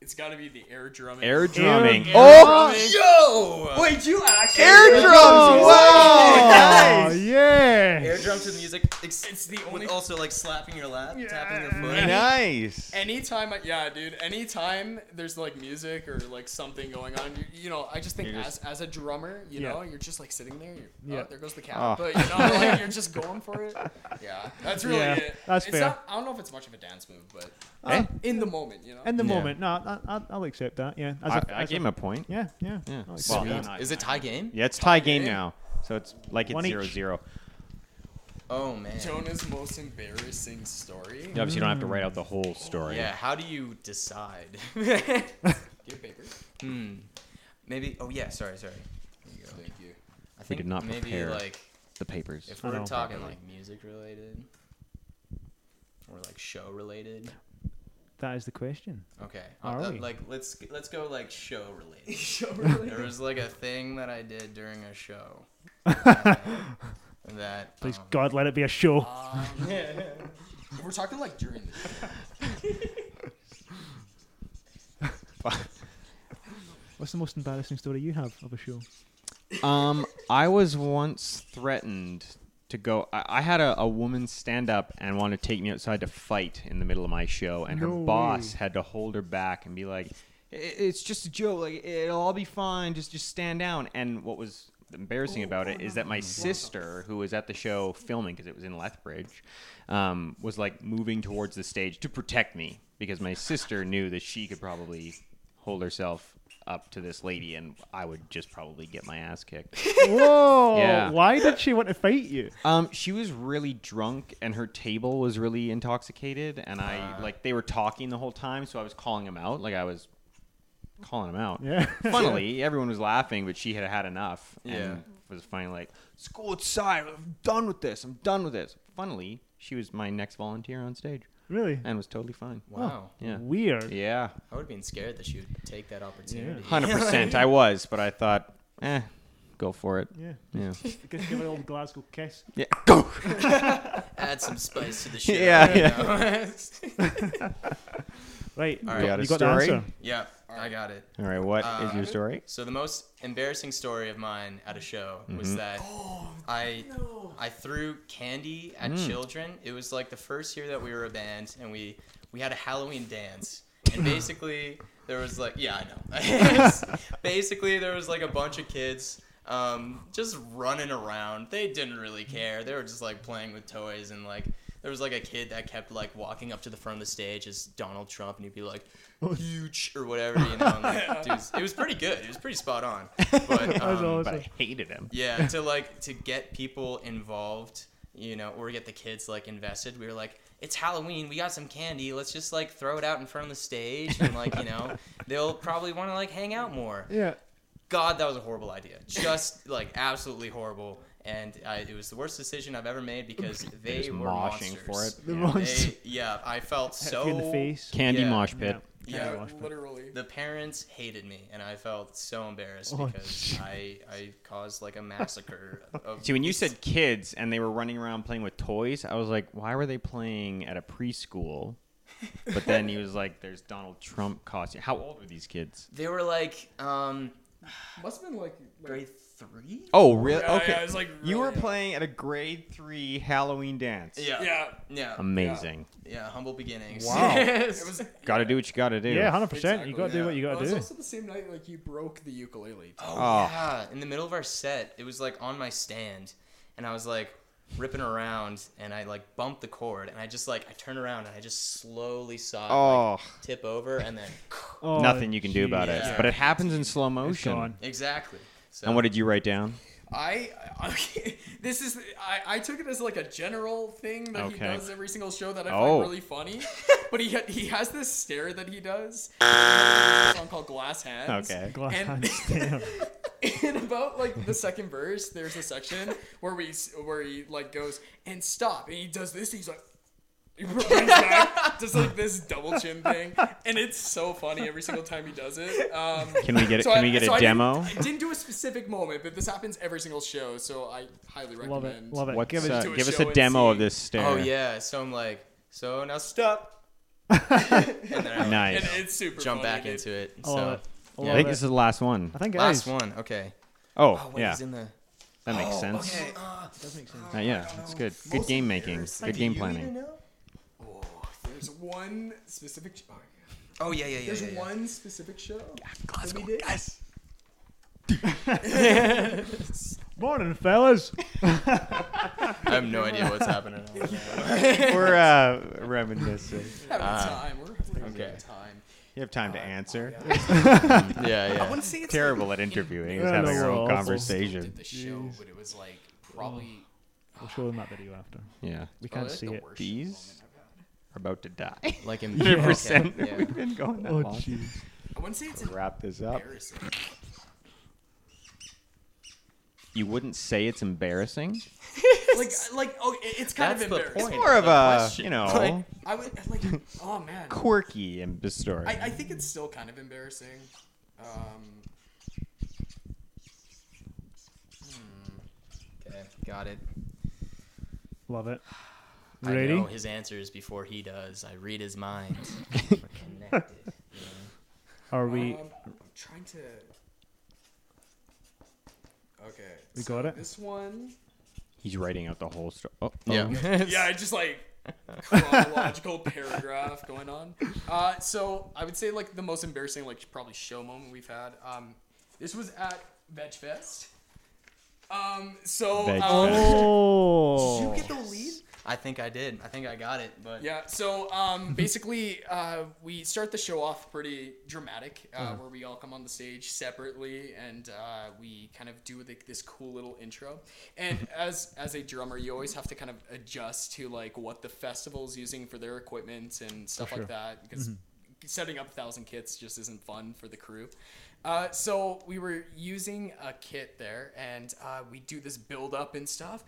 E: It's got to be the air drumming.
A: Air drumming.
B: drumming.
A: oh,
D: Yo! Wait, you actually
A: air drums! Wow!
B: Oh yeah.
D: Air drums with music. It's, it's the only also like slapping your lap, tapping your foot.
A: nice.
E: Anytime, I, yeah, dude. Anytime there's like music or like something going on, you, you know, I just think
A: You're just-
E: as as a drummer, you
B: Yeah.
E: know, you're just like sitting there. You're,
B: Yeah.
E: yeah, there goes the
A: Oh.
E: cow. But you know, like, you're just going for it. Yeah, that's really
B: Yeah,
E: it.
B: that's
E: it's
B: fair. Eh?
E: Not, I don't know if it's much of a dance move, but
A: Hey,
E: in the moment, you know.
B: Uh, In the
A: Yeah.
B: moment, no, I, I, I'll accept that. Yeah. As
A: I,
B: a-
A: I
B: as a-
A: gave him a point.
B: Yeah. Yeah.
A: Yeah.
B: I'll accept
A: Well,
B: that.
A: not-
D: Is it tie game?
A: yeah, it's tie game now, so it's like it's
B: One each.
A: zero zero.
D: Oh man.
E: Jonah's most embarrassing story.
A: You obviously don't have to write out the whole story.
D: Yeah. How do you decide?
E: Do you have paper?
D: hmm. Maybe. Oh yeah. Sorry. Sorry. There you go.
E: Thank you.
D: I think
A: did not
D: maybe
A: prepare.
D: like
A: The papers.
D: if
B: I
D: we're
B: don't
D: talking like music related or like show related.
B: That is the
A: Um,
B: question.
D: Okay.
B: Are
D: uh,
B: we?
D: like let's let's go like show related.
E: Show
D: there was like a thing that I did during a show. that
B: Please,
D: um,
B: God, let it be a show.
A: uh,
E: We're talking like during the show.
B: What's the most embarrassing story you have of a show?
A: Um, I was once threatened to go. I, I had a, a woman stand up and want to take me outside to fight in the middle of my show, and
B: No
A: her
B: way.
A: boss had to hold her back and be like, "I- "It's just a joke. Like it'll all be fine. Just just stand down." And what was embarrassing about it is that my sister, who was at the show filming because it was in Lethbridge, um, was like moving towards the stage to protect me because my sister knew that she could probably hold herself up to this lady and I would just probably get my ass kicked.
B: Whoa!
A: Yeah.
B: Why did she want to fight you?
A: Um, she was really drunk, and her table was really intoxicated, and I like they were talking the whole time, so I was calling them out, like I was calling them out.
B: Yeah.
A: Funnily, everyone was laughing, but she had had enough,
D: Yeah.
A: and was finally like, "Let's go outside. I'm done with this. I'm done with this." Funnily, she was my next volunteer on stage,
B: Really?
A: and was totally fine.
D: wow.
A: Yeah.
B: Weird.
A: Yeah,
D: I would have been scared that she would take that opportunity.
A: hundred percent. I was, but I thought, eh, go for it.
B: Yeah.
A: Yeah.
B: Because give her an old Glasgow kiss.
A: Yeah. Go.
D: Add some spice to the show.
A: Yeah,
D: you
A: yeah.
D: know?
B: Right.
D: All
A: right.
B: you got, you
A: Got a
B: got the
A: story?
B: answer.
D: yeah. I got it.
A: All right. What is
D: Uh,
A: your story?
D: So the most embarrassing story of mine at a show
A: Mm-hmm.
D: was that I I threw candy at children. It was like the first year that we were a band and we we had a Halloween dance. And basically there was like yeah, I know. basically there was like a bunch of kids um, just running around. They didn't really care. They were just like playing with toys and like there was like a kid that kept like walking up to the front of the stage as Donald Trump, and he'd be like, "Huge" or whatever, you know. and, like, dude, it was pretty good. It was pretty spot on. But,
B: That was
D: um,
A: But
B: awesome.
A: I hated him.
D: yeah, to like to get people involved, you know, or get the kids like invested. We were like, it's Halloween, we got some candy. Let's just like throw it out in front of the stage, and like you know, they'll probably want to like hang out more.
B: Yeah.
D: God, that was a horrible idea. Just like absolutely horrible. And I, it was the worst decision I've ever made because they
A: just
D: were
A: moshing
D: monsters.
A: for it.
B: The
A: Yeah.
B: monster.
D: They, yeah, I felt so.
B: Hit you in the face.
A: Candy
D: Yeah.
A: mosh pit.
D: Yeah,
B: Wash pit.
E: literally.
D: The parents hated me, and I felt so embarrassed
B: Oh,
D: because I I caused like a massacre. of
A: See, when you said kids and they were running around playing with toys, I was like, why were they playing at a preschool? But then he was like, there's Donald Trump costume. How old were these kids?
D: they were like um
E: Must have been like. like
D: grade three.
A: Oh, really?
E: Yeah,
A: okay.
E: yeah, it was, like,
A: you were
E: really-
A: playing at a grade three Halloween dance.
D: Yeah, yeah,
E: yeah.
D: yeah,
A: Amazing.
D: humble beginnings.
A: Um, Wow.
D: Yes.
E: It was.
A: Gotta do what you gotta do.
B: Yeah, 100%. You got to
E: Exactly,
B: do what you
E: Well,
B: got
E: it
B: to
E: was
B: do.
E: also the same night like you broke the ukulele.
D: Oh,
A: Oh.
D: yeah, in the middle of our set, it was like on my stand, and I was like ripping around, and I like bumped the cord, and I just like I turned around and I just slowly saw it, like,
A: Oh,
D: tip over, and then
B: Oh,
A: nothing you can do about it.
D: Yeah.
A: But it happens in slow
B: It's
A: motion.
B: gone.
D: exactly. So
A: And what did you write down?
E: I, I this is I, I took it as like a general thing that he
A: Okay.
E: does every single show that I
A: Oh.
E: find really funny. but he ha- he has this stare that he does. a song called Glass Hands.
A: Okay.
B: Glass
E: And-
B: hands down.
E: In about like the second verse, there's a section where we s- where he like goes and stop, and he does this. He's like. he runs back, Just like this double chin thing, and it's so funny every single time he does it. Um,
A: Can we get it?
E: so
A: can
E: I-
A: we get
E: so
A: a
E: I didn't-
A: demo?
E: I didn't do a specific moment, but this happens every single show, so I highly recommend.
B: Love it. Love it.
A: What's,
B: Give it
A: uh,
E: to a
A: give us
E: show
A: a
E: and
A: demo
E: see.
A: of this stare.
D: Oh yeah, so I'm like, so now stop. and then I
A: Nice.
E: And it's super.
D: jump
E: funny,
D: back
E: dude.
D: into it.
A: Oh,
B: I love it.
D: So
B: I
D: yeah.
A: I
B: love
A: think
B: it.
A: this is the last one.
B: I think it
D: last
B: is.
D: one, okay.
A: Oh,
D: Oh wait,
A: yeah.
D: he's in the.
A: That makes
D: oh,
A: sense.
D: Okay.
A: Uh, yeah, it's good. Good game making. Good game planning.
E: Oh, there's one specific. Oh, yeah.
D: Oh yeah, yeah, yeah.
E: There's
D: yeah, yeah.
E: one specific show. that we did.
B: Morning, fellas.
D: I have no idea what's happening.
A: We're uh, reminiscing.
E: Having a time. We're having a
D: Uh, okay.
E: good time.
A: You have time to answer.
D: yeah, yeah.
E: Let's see. It's
A: Terrible at interviewing is
B: Yeah,
A: having
B: no,
A: your
B: we're
A: own
B: awful.
E: Like,
A: conversation.
E: did the show, but it was like probably.
B: We'll show them that video after.
A: Yeah.
B: We can't see it.
A: These are about to die.
D: Like in
A: 100%.
D: Yeah.
A: We've been going
B: Oh,
A: that long.
E: I wouldn't say it's
F: Wrap this up.
E: embarrassing.
A: You wouldn't say it's embarrassing?
E: like, like, oh, it- it's kind
D: That's
E: of
D: the
E: embarrassing.
D: point.
A: More of a,
D: question.
A: you know,
D: Like-
E: I would like, oh man,
A: quirky and story.
E: I, I think it's still kind of embarrassing. Um,
D: Okay, got it.
B: Love it.
D: I
B: Ready?
D: know his answers before he does. I read his mind. We're connected.
B: Are we?
E: um, I'm trying to. Okay.
B: We
E: so
B: got it?
E: This one.
A: He's writing out the whole story. Oh, oh.
D: Yeah.
E: yeah, I just like chronological paragraph going on. Uh, so I would say like the most embarrassing like probably show moment we've had. Um, this was at Veg Fest. Um, so
A: Veg
E: um,
A: Fest.
B: oh.
E: did you get the lead?
D: I think I did. I think I got it. But
E: Yeah. So um, basically, uh, we start the show off pretty dramatic, uh, where we all come on the stage separately, and uh, we kind of do the, this cool little intro. And as as a drummer, you always have to kind of adjust to like what the festival's using for their equipment and stuff like that, because setting up a thousand kits just isn't fun for the crew. Uh, so we were using a kit there, and uh, we do this build up and stuff.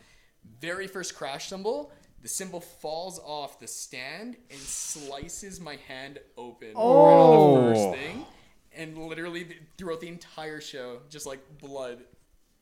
E: Very first crash symbol, the symbol falls off the stand and slices my hand open right on the
A: Oh.
E: first thing, and literally th- throughout the entire show, just like blood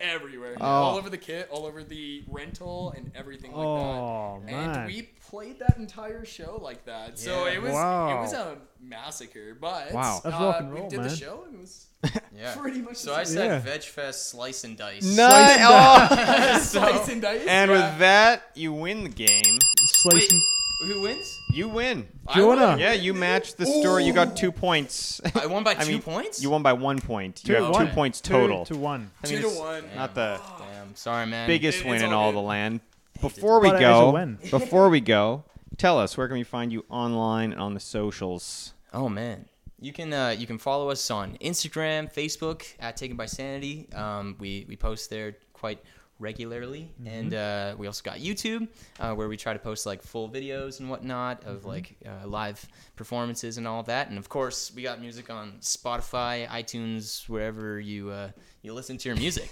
E: everywhere, all over the kit, all over the rental, and everything like
B: Oh,
E: that.
B: man.
E: And we played that entire show like that. So
D: Yeah.
E: it was
B: Wow.
E: it was a massacre, but uh,
A: Wow.
B: That's rock and
E: we
B: roll,
E: did
B: man.
E: the show and it was
D: yeah.
E: pretty much
D: So
E: the
D: I
E: same.
B: Yeah.
D: said Veg Fest slice and dice.
A: Nice. Oh.
E: slice and dice.
A: And
E: yeah.
A: with that, you win the game.
B: Slice
D: Wait,
B: and-
D: who wins?
A: You win.
B: Jonah.
A: Yeah, you matched the story. You got two points.
D: I won by
A: I
D: two
A: mean,
D: points.
A: You won by one point. You
B: Two-
A: have
B: one.
A: two points
B: two
A: total.
B: to one.
A: I mean,
E: Two to
A: it's
E: one.
A: Not the
D: Damn. Sorry, man.
A: biggest
E: It-
A: win
E: it's
A: in
E: all
A: all
E: good.
A: the land. Before we
B: But it is a
A: go,
B: win.
A: before we go, tell us where can we find you online and on the socials.
D: Oh man. You can uh, you can follow us on Instagram, Facebook at Taken by Sanity. Um, we we post there quite regularly, and uh, we also got YouTube uh, where we try to post like full videos and whatnot of like uh, live performances and all that. And of course, we got music on Spotify, iTunes, wherever you uh, you listen to your music.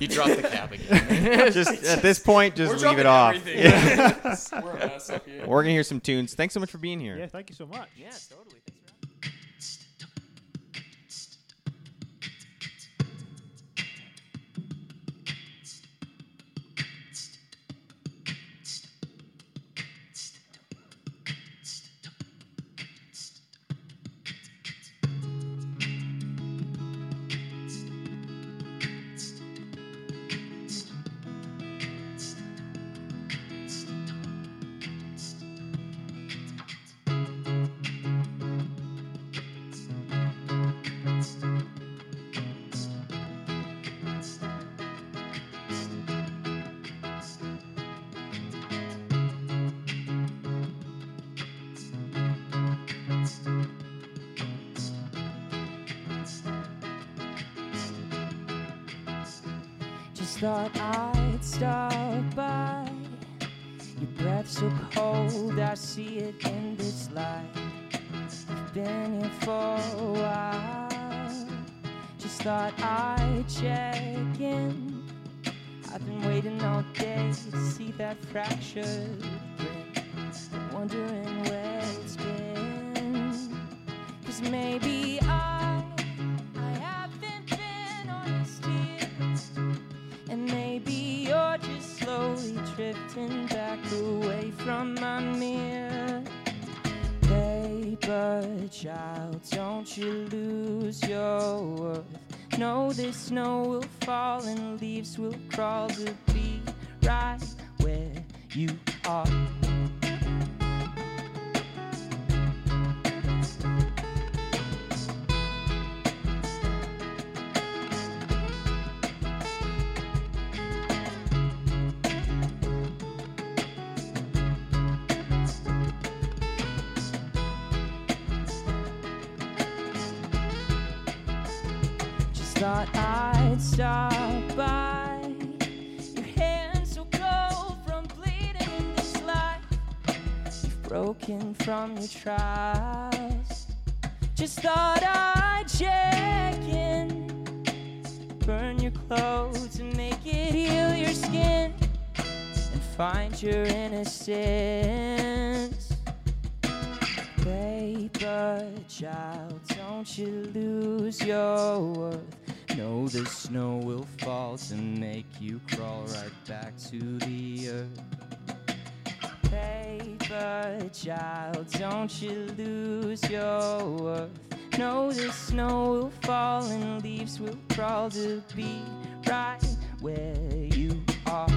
D: you dropped the cap again.
A: Just uh, at this point, just
E: We're
A: leave
E: dropping
A: it off.
E: everything. We're a mess up here.
A: We're gonna hear some tunes. Thanks so much for being here.
B: Yeah, thank you so much.
D: yeah, totally. Thanks for
G: Just thought I'd stop by. Your breath so cold, I see it in this light. You've been here for a while. Just thought I'd check in. I've been waiting all day to see that fractured grin. Been Wondering where it's been. Cause maybe I, I haven't been honest here. And maybe you're just slowly drifting back away from my mirror. Paper child, don't you lose your worth. No, this snow will fall and leaves will crawl to be right where you are. Just thought I'd stop by. Your hand so cold broken from your trust. Just thought I'd check in, burn your clothes and make it heal your skin, and find your innocence. Paper child, don't you lose your worth. No, the snow will fall to make you crawl right back to the earth. Paper child, don't you lose your worth. No, the snow will fall and leaves will crawl to be right where you are.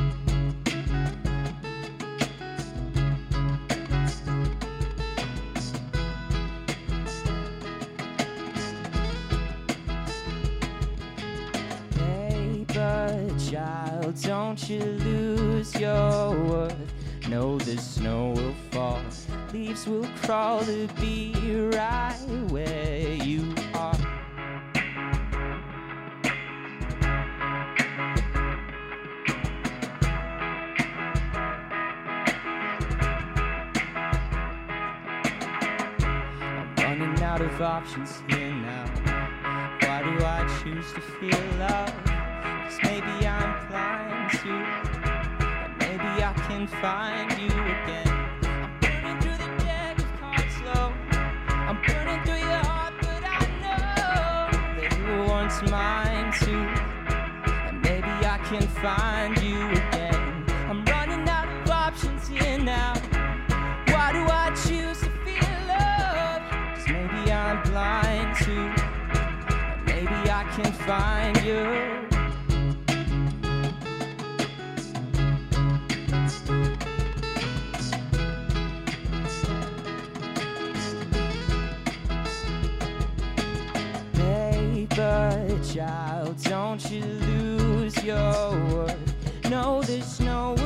G: paper child don't you lose your worth no the snow will fall leaves will crawl to be right where you are i'm running out of options here now why do I choose to feel love? Cause maybe I'm blind to, and maybe I can find you again. I'm burning through the deck of cards slow. I'm burning through your heart, but I know that you were once mine too. And maybe I can find you again. I'm running out of options here now. Why do I choose to feel love? Cause maybe I'm blind to. Maybe I can find you. Paper child, don't you lose your worth. No, there's no Oh, oh,